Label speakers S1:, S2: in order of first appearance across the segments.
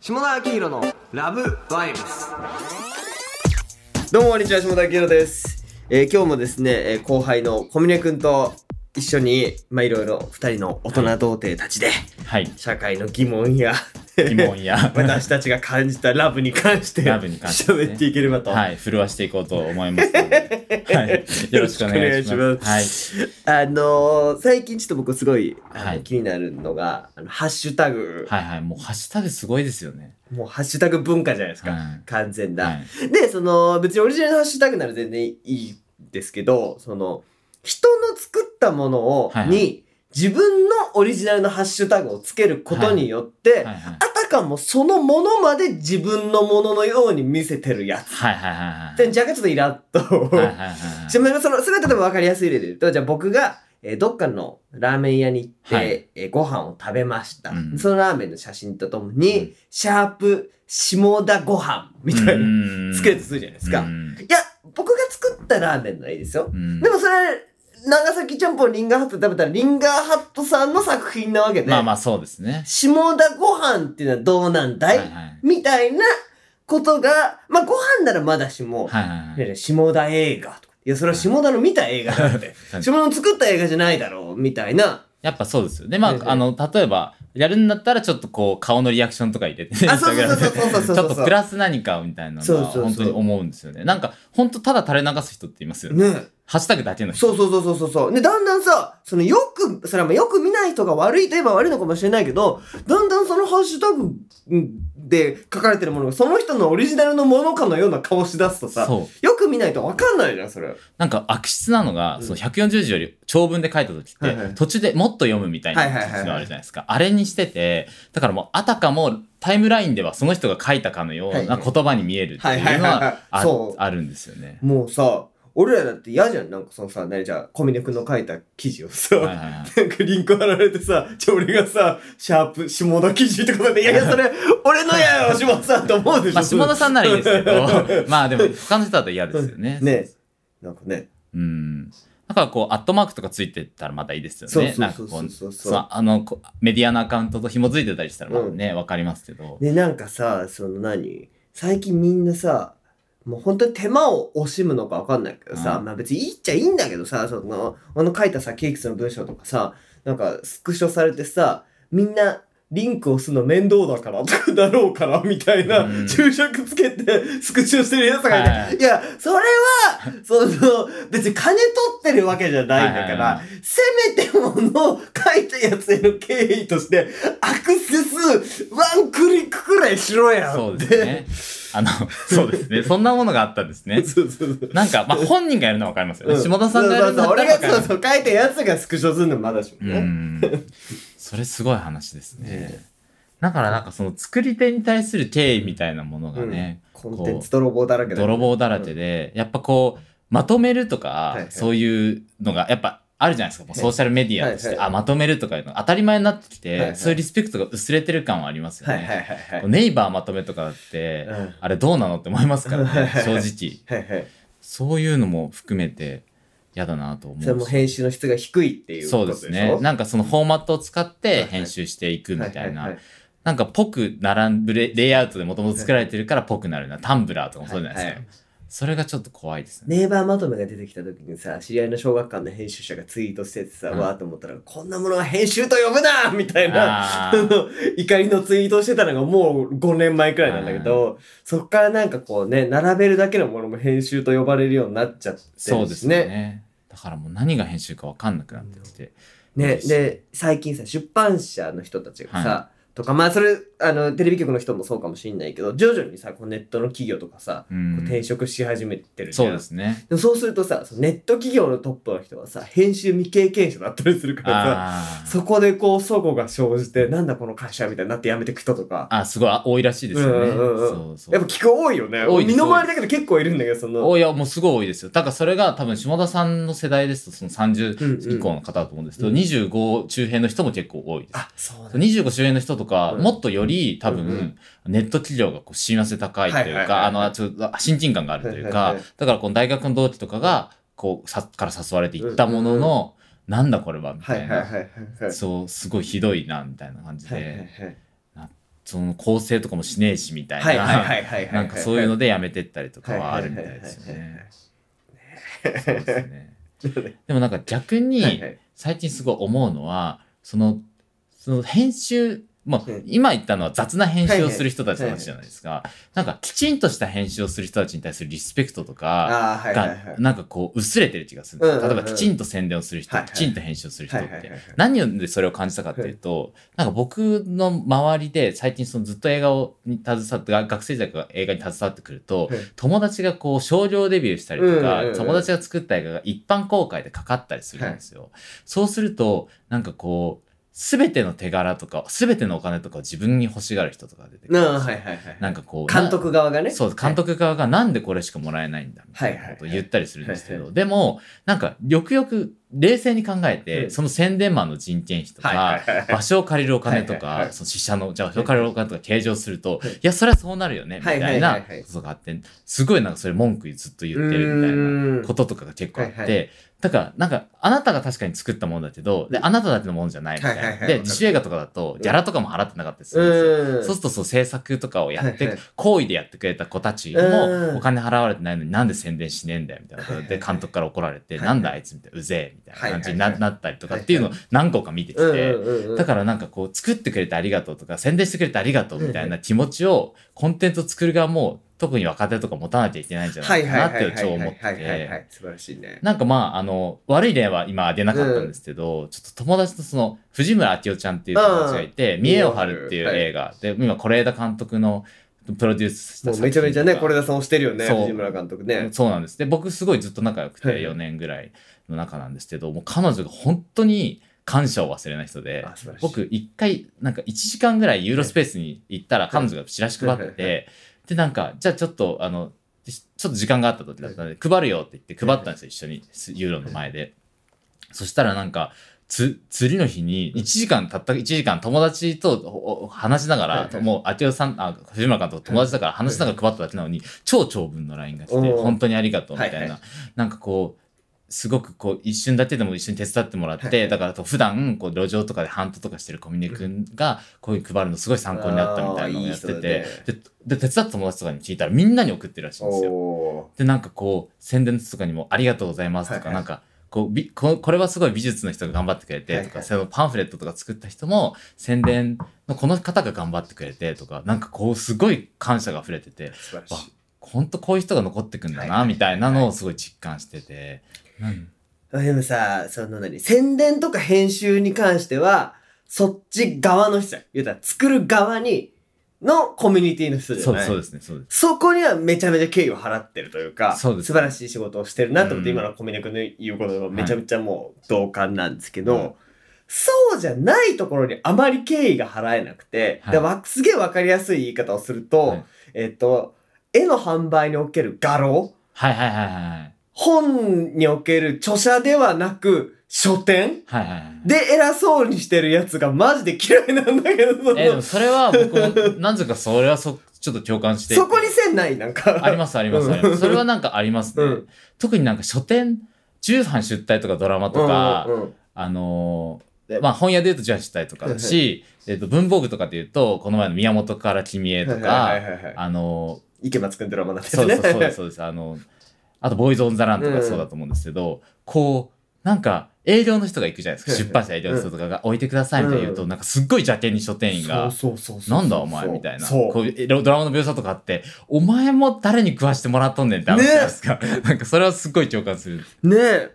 S1: 下田明宏のラブバイブスどうもこんにちは下田明宏です、えー今日もですね、えー後輩の小峰くんと一緒にまあいろいろ2人の大人童貞たちで
S2: はい。
S1: 社会の疑問や。
S2: 疑問 や
S1: 私たちが感じたラブに関して
S2: ラブに関してね
S1: 喋っていければと、
S2: はい。震わしていこうと思います ので。はい。よろしくお願いし
S1: よろしくお願いし
S2: ま。
S1: ますあのー最近ちょっと僕すごい、あの
S2: はい
S1: 気になるのがあのハッシュタグ、
S2: はい。はいはい。もうハッシュタグすごいですよね。
S1: もうハッシュタグ文化じゃないですか、
S2: はい
S1: 完全な、
S2: はい。
S1: でその別にオリジナルのハッシュタグなら全然いいですけどその人の作ったものを、
S2: はいはい
S1: に自分のオリジナルのハッシュタグをつけることによって、
S2: はいはい。
S1: あたかもそのものまで自分のもののように見せてるやつ
S2: はいはいはい。
S1: で若干ちょっとイラッと、
S2: は いはいはいはい。
S1: ちなみにそのそれは例えば分かりやすい例で言うとじゃあ僕が、えーどっかのラーメン屋に行って、
S2: はい
S1: えーご飯を食べました、
S2: うん
S1: そのラーメンの写真とともに、
S2: うん
S1: シャープ下田ご飯みたいな
S2: な
S1: つけるとするじゃないですか、
S2: うん
S1: いや、僕が作ったラーメンならいいですよ。
S2: うん
S1: でもそれ、長崎ちゃんぽんリンガーハットで食べたら、リンガーハットさんの作品なわけで、
S2: まあまあそうですね。
S1: 下田ご飯っていうのはどうなんだ、
S2: はいはい。はい
S1: みたいなことが、まあご飯ならまだしも、
S2: はい
S1: や
S2: はい
S1: いや下田映画とか。いや、それは下田の見た映画だって。
S2: い。
S1: 下田の作った映画じゃないだろう、みたいな。
S2: やっぱそうですよね。ま
S1: ええ
S2: あ、あの、例えば、やるんだったらちょっとこう、顔のリアクションとか入れて、
S1: あそうそうそうそうそうそうそう
S2: ちょっとプラス何かみたいな
S1: そ
S2: の
S1: うそ
S2: は
S1: うそう
S2: 本当に思うんですよね。なんか、本当ただ垂れ流す人っていますよね。
S1: ね。
S2: ハッシュタグだけの人。
S1: そうそうそうそうそうそう。で、だんだんさ、そのよく、それはまあよく見ない人が悪いといえば悪いのかもしれないけど、だんだんそのハッシュタグで書かれてるものがその人のオリジナルのものかのような顔しだすとさ、
S2: そう。
S1: よく見ないとわかんないじゃん、それ。
S2: なんか悪質なのが、
S1: うん
S2: その140字より長文で書いた時って、
S1: はいはい
S2: 途中でもっと読むみたいな
S1: はいはいはいはい
S2: 時があるじゃないですか、あれにしててだからもうあたかもタイムラインではその人が書いたかのよう
S1: はいは
S2: ない言葉に見えるっていう
S1: はい
S2: の
S1: はいはいはい
S2: はあ
S1: そう
S2: あるんですよね。
S1: もうさ、俺らだって嫌じゃん。なんかそのさ、何じゃあ、小峰くんの書いた記事をさ、
S2: はいはいはい
S1: なんかリンク貼られてさ、じゃあ俺がさ、シャープ、下田記事とかで、いやい や、それ、俺のやよ、下田さんと思うでしょ。
S2: まあ下田さんならいいですけどまあでも他の人だと嫌ですよね。
S1: ね なんかね。
S2: うんだからこうアットマークとかついてたらまたいいですよね。
S1: そうそうそう
S2: なんか
S1: そうそう
S2: こそのあのこうメディアのアカウントと紐づいてたりしたらまあね、わ、かりますけど。
S1: でなんかさその何最近みんなさもう本当に手間を惜しむのか分かんないけどさ、
S2: うん
S1: まあ別にいいっちゃいいんだけどさそのあの書いたさケーキスの文章とかさなんかスクショされてさみんなリンク押すの面倒だからとかだろうからみたいな、
S2: うん
S1: 注釈つけてスクショしてるやつがいて、
S2: はい
S1: い、やそれはその別に金取ってるわけじゃないんだから、
S2: はいはいは
S1: せめてものを書いたやつへの敬意としてアクセスワンクリックくらいしろや
S2: そ
S1: ん
S2: う
S1: って。
S2: ですね。あの、そうですね。そんなものがあったんで すね。
S1: そうそうそう。
S2: なんか、まあ、本人がやるのはわかりますよね。
S1: うん
S2: 下田さんがやるの
S1: そうそうそう
S2: は
S1: 俺
S2: わかり
S1: が
S2: ますよ
S1: そう
S2: ね。
S1: そう書いたやつがスクショするのまだしも
S2: う
S1: ね。
S2: ん。それすごい話ですね。だからなんかその作り手に対する敬意みたいなものがね、
S1: コ
S2: う
S1: ンテンツ泥棒だらけだ
S2: 泥棒だらけで、やっぱこう、まとめるとか、
S1: いはい
S2: そういうのが、やっぱ、あるじゃないですか。もうソーシャルメディアとして、
S1: はいはい
S2: あ、まとめるとかいうのが当たり前になってきて、
S1: はいはい
S2: そういうリスペクトが薄れてる感はありますよ
S1: はい
S2: ね。
S1: はいはいはい。
S2: ネイバーまとめとかだって、
S1: うん
S2: あれどうなのって思いますから
S1: はい
S2: ね
S1: はい、
S2: 正直。
S1: はいはい。
S2: そういうのも含めて嫌だなと思うし。
S1: それも編集の質が低いっていうこ
S2: そ
S1: と
S2: うで
S1: でしょ
S2: すね。なんかそのフォーマットを使っ
S1: はい
S2: て
S1: はい
S2: 編集していくみたい
S1: はは
S2: な
S1: は。
S2: なんかぽく並ぶレレイアウトでもともと作られてるからぽくなるな。タンブラーとかもそうじゃないですか。
S1: はいはい
S2: それがちょっと怖いですね。
S1: ネイバーまとめが出てきた時にさ知り合いの小学館の編集者がツイートしててさ、
S2: うん
S1: わーと思ったらこんなものは編集と呼ぶなみたいな
S2: あー
S1: その 怒りのツイートをしてたのがもう5年前くらいなんだけどそっからなんかこうね並べるだけのものも編集と呼ばれるようになっちゃってるし
S2: そうですよね。だからもう何が編集かわかんなくなってきて。
S1: ね、
S2: です
S1: で最近さ出版社の人たちがさ、
S2: は
S1: とかまあそれあのテレビ局の人もそうかもしれないけど徐々にさこうネットの企業とかさ、
S2: う。
S1: こうん転職し始めてるじゃん
S2: そうです ね。
S1: でもそうするとさそのネット企業のトップの人はさ編集未経験者だったりするから
S2: あ
S1: さ
S2: ー
S1: そこでこう齟齬が生じてなんだこの会社みたいになって辞めてく人とか
S2: あ、すごい多いらしいですよね。
S1: うんうんうん
S2: そうそう。
S1: やっぱ聞く多いよね
S2: 多いで
S1: 身
S2: す
S1: の回りだけど結構いるんだけどその
S2: おいや、もうすごい多いですよ。だからそれが多分下田さんの世代ですと、その
S1: うんうん
S2: 30以降の方だと思うんですけど、
S1: うん
S2: 25周辺の人も結構多いです。
S1: あそうなんだ
S2: 25周辺の人とか、
S1: うん
S2: もっとより多
S1: うんう
S2: 分、ネット企業がこう親せ高いと
S1: はいはいいうはいはい
S2: か、あの、ちょっと親近感があるという
S1: はい
S2: か
S1: はいはい、
S2: だからこの大学の同期とかが、こう、さ、から誘われて行ったもの
S1: うん
S2: の、なんだこれは、み
S1: は
S2: た
S1: いはい
S2: い
S1: はいは
S2: な。
S1: いはいはい
S2: そう、すごいひどいな、みたいな感じ
S1: はいはい
S2: で、
S1: はい
S2: その構成とかもしねえしみたい
S1: はいはいは
S2: な、
S1: いはいはい。
S2: なんかそういう
S1: の。
S2: のでやめてったりとかはあるみたいですよね。そうですね。でもなんか逆
S1: はい
S2: に
S1: はい
S2: 最近すごい思うのは、その、その編集、まあ
S1: うん、
S2: 今言ったのは雑な編集をする人たちの話じゃないですか。なんかきちんとした編集をする人たちに対するリスペクトとか、
S1: ああ、はいはいは
S2: が
S1: い。
S2: なんかこう薄れてる気がするんですよ
S1: うんうんうん
S2: 例えばきちんと宣伝をする人、
S1: はいはい
S2: きちんと編集をする人って、
S1: はいはいはいはい
S2: 何でそれを感じたかっていうと、なんか僕の周りで最近そのずっと映画をに携わってが学生時代から映画に携わってくると、
S1: はい
S2: 友達がこう商業デビューしたりとか、
S1: うんうんうん
S2: 友達が作った映画が一般公開でかかったりするんですよ。そうするとなんかこう全ての手柄とか全てのお金とかを自分に欲しがる人とか出てくるん
S1: な
S2: で
S1: あ、
S2: す
S1: は
S2: よ
S1: いはいはい。
S2: なんかこう
S1: 監督側がね。
S2: そう、監督側がなんでこれしかもらえないんだみたい
S1: はい
S2: な
S1: はい
S2: ことを言ったりするんですけ
S1: はい
S2: ど、でも、なんか、よくよく冷静に考え
S1: う
S2: て、
S1: ん
S2: その宣伝マンの人件費と
S1: はい。
S2: か、
S1: はいはいはい
S2: 場所を借りるお金と
S1: はいはい
S2: か
S1: は、い
S2: その死者の、じゃあ場所を借りるお金とか計上すると
S1: はい、
S2: いや、それはそうなるよね、み
S1: はい
S2: たいな
S1: はい
S2: こ
S1: はいはい
S2: とがあって、すごいなんかそれ文句ずっと言ってるみたいな。
S1: うーん
S2: こととかが結構あって、
S1: はいは
S2: だから、なんか、あなたが確かに作ったものだけど、で、あなただけのものじゃないみたいな。
S1: はいはいはい
S2: で、
S1: わかる
S2: 自主映画とかだと、ギャラとかも払ってなかったりするんですよ。
S1: うーん。
S2: そうするとそう制作とかをやって、
S1: はいはい
S2: 行為でやってくれた子たち
S1: うん
S2: もお金払われてないのになんで宣伝しねえんだよみたいなこと
S1: はいはい
S2: で監督から怒られて、
S1: はい
S2: なんだあいつみたいなうぜえみたいな感じにな,、
S1: はいはいは
S2: ったりとかっていうのを何個か見てきて、
S1: うんうんうんうん
S2: だからなんかこう作ってくれてありがとうとか宣伝してくれてありがとうみたいな気持ちをコンテンツを作る側も特に若手とか持たなきゃいけないんじゃないかなって超思って
S1: はいはいはいはいはいは
S2: て。
S1: い。素晴らしいね。
S2: なんかまあ、あの、悪い例は今出なかったんですけど、ちょっと友達とその、藤村明夫ちゃんっていう友達がいて、見栄を張るっていう映画、で、今、是枝監督のプロデュースした
S1: もうめちゃめちゃね、これ
S2: だ
S1: 田さん押してるよね、
S2: そう
S1: 藤村監督ね。
S2: そうなんです。で、僕すごいずっと仲良くて、
S1: はい
S2: 4年ぐらいの中なんですけど、もう彼女が本当に感謝を忘れない人で、
S1: あ素晴らしい
S2: 僕一回、なんか1時間ぐらいユーロスペースに行ったら彼女がチラシ配っ
S1: は
S2: て
S1: いはいは
S2: て、で、なんか、じゃあちょっと、あの、ちょっと時間があった時だったんで、配るよって言って配ったんですよ、一緒に、ユーロの前で。そしたらなんか、つ、釣りの日に、1時間、たった1時間、友達とおお話しなが
S1: はいはい
S2: ら、もう、明夫さん、あ、藤村監督と友達だから話しながら配っただけなのに、超長文の LINE が来て、
S1: おー
S2: 本当にありがとう、みたいな。
S1: はいは
S2: なんかこう、すごくこう一瞬だけでも一緒に手伝ってもらって、
S1: はいはい
S2: だからと普段こう路上とかでハントとかしてる小峰君がこういう配るのすごい参考になったみたいなのをやってて
S1: あーいい人だ
S2: でで手伝った友達とかに聞いたらみんなに送ってるらしいんですよ。
S1: お
S2: でなんかこう宣伝の人とかにも「ありがとうございます」と
S1: は
S2: か、
S1: いはい
S2: なんかこうびここれはすごい美術の人が頑張ってくれてとか、
S1: はいはい
S2: そのパンフレットとか作った人も宣伝のこの方が頑張ってくれてとかなんかこうすごい感謝が溢れてて
S1: ー。素晴らしい。
S2: 本当こういう人が残ってくんだ
S1: は
S2: ないみたいなのをすごい実感してて。
S1: あでもさ、その何、宣伝とか編集に関しては、そっち側の人じゃん。言うたら、作る側に、のコミュニティの人じゃ
S2: そう
S1: ない。
S2: そうですね、そうです。
S1: そこにはめちゃめちゃ敬意を払ってるというか、
S2: そうです
S1: 素晴らしい仕事をしてるなと思って、
S2: うん
S1: 今の小峰君の言うことがめちゃめちゃもう同感なんですけど、
S2: はい
S1: そうじゃないところにあまり敬意が払えなくて、
S2: はい
S1: でわすげえわかりやすい言い方をすると、
S2: はい
S1: えっと、絵の販売における画廊、
S2: はいはいはいはい。
S1: 本における著者ではなく書店
S2: はいはいはい。
S1: で偉そうにしてるやつがマジで嫌いなんだけど、その
S2: えーでもそれは僕 も、なぜかそれはそ、ちょっと共感していて。
S1: そこに線ないなんか。
S2: ありますありますあります。それはなんかありますね。
S1: うん
S2: 特になんか書店、重版出退とかドラマとか、
S1: うんうんうん
S2: あのーでまあ本屋で言うと重版出退とかだ
S1: は
S2: し、えっと文房具とかで言うと、この前の宮本から君へと
S1: はい
S2: か、
S1: はいはいはい
S2: あのー
S1: 池松くんドラマなんです
S2: そう
S1: ね。
S2: そうそうです、そうです。あの、あと、ボーイズ・オン・ザ・ランとかそうだと思うんですけど、こう、なんか、営業の人が行くじゃないですか。
S1: うん
S2: 出版社営業の人とかが置いてくださいみたいに言うと、
S1: う
S2: なんかすっごい邪険に書店員が、
S1: そうそうそうそう
S2: なんだお前みたいな。
S1: そう
S2: こういうドラマの描写とかあって、お前も誰に食わしてもらっとんねんって話じゃないですか。なんかそれはすっごい共感する。
S1: ねえ。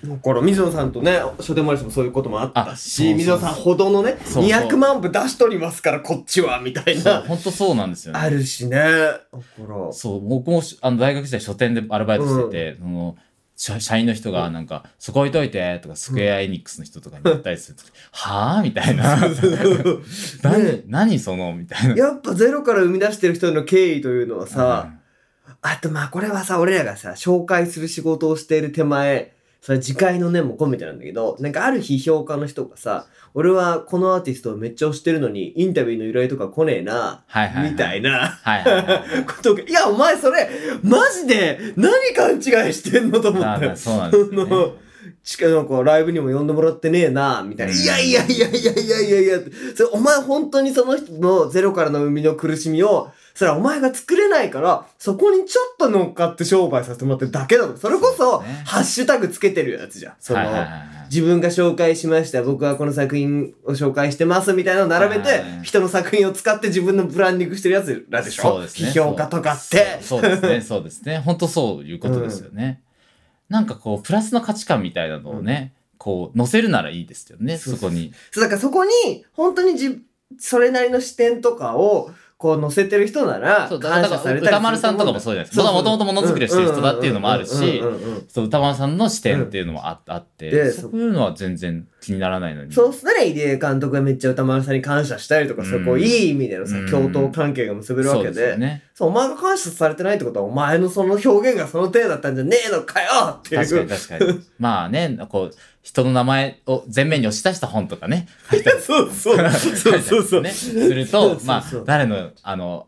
S1: だから、水野さんとね、書店マリスもそういうこともあった
S2: あそう
S1: し、
S2: そう
S1: 水野さんほどのね、
S2: そうそう
S1: 200万部出しとりますから、こっちは、みたい
S2: そう、
S1: な、
S2: 本当そうなんですよね。
S1: あるしね。だから、
S2: そう、僕もしあの大学時代書店でアルバイトしてて、その社社員の人がなんか、そこ置いといてとか、スクエアエニックスの人とかに言ったりすると、はぁみた いな。何、
S1: ね
S2: 何そのみたいな。
S1: やっぱゼロから生み出してる人の経緯というのは
S2: う
S1: さ、
S2: ん
S1: あとまあこれはさ、俺らがさ、紹介する仕事をしている手前、それ次回の念も込めてなんだけど、なんかある批評家の人がさ、俺はこのアーティストをめっちゃ推してるのに、インタビューの依頼とか来ねえな、
S2: はいはい、はい。
S1: みたいな。
S2: はいはいはいはい
S1: ことがいや、お前それ、マジで、何勘違いしてんのと思
S2: だ
S1: っ
S2: か
S1: た
S2: ら
S1: よ。
S2: そうなんですよね、
S1: そのしかもこう、ライブにも呼んでもらってねえな、みたいな。
S2: うん
S1: いやいやいやいやいやいやいやってそれお前本当にその人のゼロからの生みの苦しみを、それはお前が作れないから、そこにちょっと乗っかって商売させてもらってるだけだと。それこそ、
S2: そうですね
S1: ハッシュタグつけてるやつじゃん。その、
S2: はいはいはいはい
S1: 自分が紹介しました僕はこの作品を紹介してますみたいなのを並べて
S2: はい
S1: 人の作品を使って自分のブランディングしてるやつらでしょ
S2: そうですね。
S1: 批評家とかって
S2: そうそうそうですね、そうですね。本当そういうことですよね。なんかこう、プラスの価値観みたいなのをね、こう、載せるならいいですよね、
S1: そう
S2: そ
S1: そう
S2: こに。
S1: そうだからそこに本当にじそれなりの視点とかをこう載せてる人なら
S2: そう、だから、だ
S1: 感謝
S2: か
S1: さ
S2: ら
S1: れたりする
S2: 歌丸さんとかもそうじゃないです
S1: そ
S2: か。
S1: うそう
S2: もともとものづくりをしてる人だっていうのもあるし
S1: うん、うんうんうんうん
S2: そう、歌丸さんの視点っていうのもあ,、あって、
S1: で
S2: そういうのは全然気にならないのに。
S1: そうすれば入江監督がめっちゃ歌丸さんに感謝したりとかさ、
S2: うん
S1: こういい意味でのさ
S2: うん
S1: 共闘関係が結べるわ
S2: そう
S1: け
S2: です
S1: で
S2: よね。
S1: そうお前が感謝されてないってことはお前のその表現がその程度だったんじゃねえのかよっていう
S2: 確かに 確かに。まあね、こう、人の名前を前面に押し出した本とかね、書いてある
S1: そうそうそうそうそう。
S2: ね、する
S1: そうそ
S2: と
S1: うそう
S2: まあ誰のあの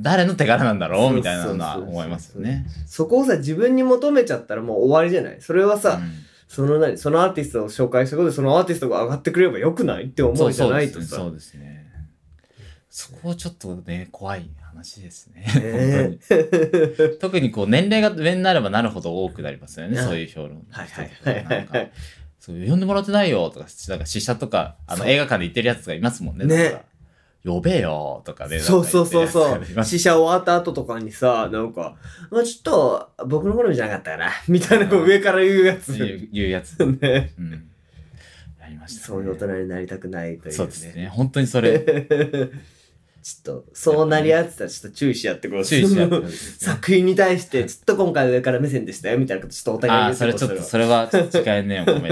S2: 誰の手柄なんだろうみたいなのは
S1: そうそうそうそう
S2: 思いますよね。
S1: そこをさ、自分に求めちゃったらもう終わりじゃないそれはさ、その何、そのアーティストを紹介したことで、そのアーティストが上がってくればよくないって
S2: うん
S1: 思
S2: そうう
S1: じゃ
S2: そう
S1: な
S2: で
S1: い
S2: す
S1: と
S2: ね。
S1: さ。
S2: そうですね。そこちょっとね怖い話ですね。
S1: ね
S2: 本当に特にこう年齢が上になればなるほど多くなりますよね。
S1: うん
S2: そういう評論。
S1: はいはいはい
S2: なんかそう呼んでもらってないよとか、なんか試写とかあの
S1: そう
S2: 映画館で行ってるやつがいますもんね。
S1: ね
S2: なんか呼べよとかね。
S1: そうそうそう
S2: な
S1: そ
S2: んか言ってるやつがいま
S1: う。
S2: す
S1: 試写終わった後とかにさ、なんか、まあちょっと、僕の好みじゃなかったかな。 みたいな、こう上から言うやつ。
S2: 言う言うやつ。
S1: ね。
S2: うん。やりました、ね。
S1: そういう大人になりたくないというね。
S2: そうですね。本当にそれ、
S1: ちょっと、そうなり合ってたらちょっと注意し合ってこう。
S2: 注意しなくてほしいですね。
S1: 作品に対して、ちょっと今回上から目線でしたよ、みたいなこと、ちょっとお互い
S2: あ
S1: 言
S2: あ、
S1: う
S2: それちょっと、
S1: こ。
S2: それは、誓い念を込め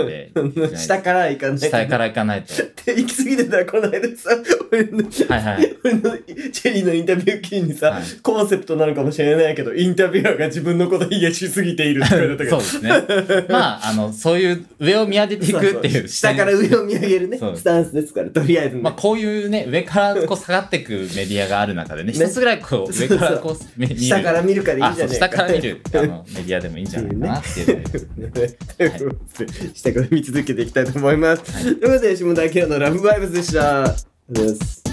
S2: て
S1: 下からいかない。
S2: 下から行かないと。
S1: って 行き過ぎてたらこの間さ俺の,、
S2: はいはい。
S1: 俺のチェリーのインタビュー記事にさ、
S2: はい
S1: コンセプトなのかもしれないけどインタビュアーが自分のこと卑下しすぎている って言われたけ
S2: そう
S1: ど
S2: ですね。まあ、あの、そういう上を見上げていくっていう。
S1: 下から上を見上げるね
S2: そう
S1: スタンスですからとりあえずね、
S2: まあ、こういうね、上からこう下がっていくメディアがある中でね、
S1: ね
S2: 一つぐらいこう、上からこう、め見る
S1: 下から見るからいい
S2: あ、
S1: じ
S2: そ
S1: ゃ
S2: う、
S1: ねえか
S2: 下から見る、あの、メディアでもいいんじゃないかなっていうのがあ りますね。
S1: ねということで下から見続けていきたいと思います、ということで下田明の「ラブバイブス」でしたありがとうございます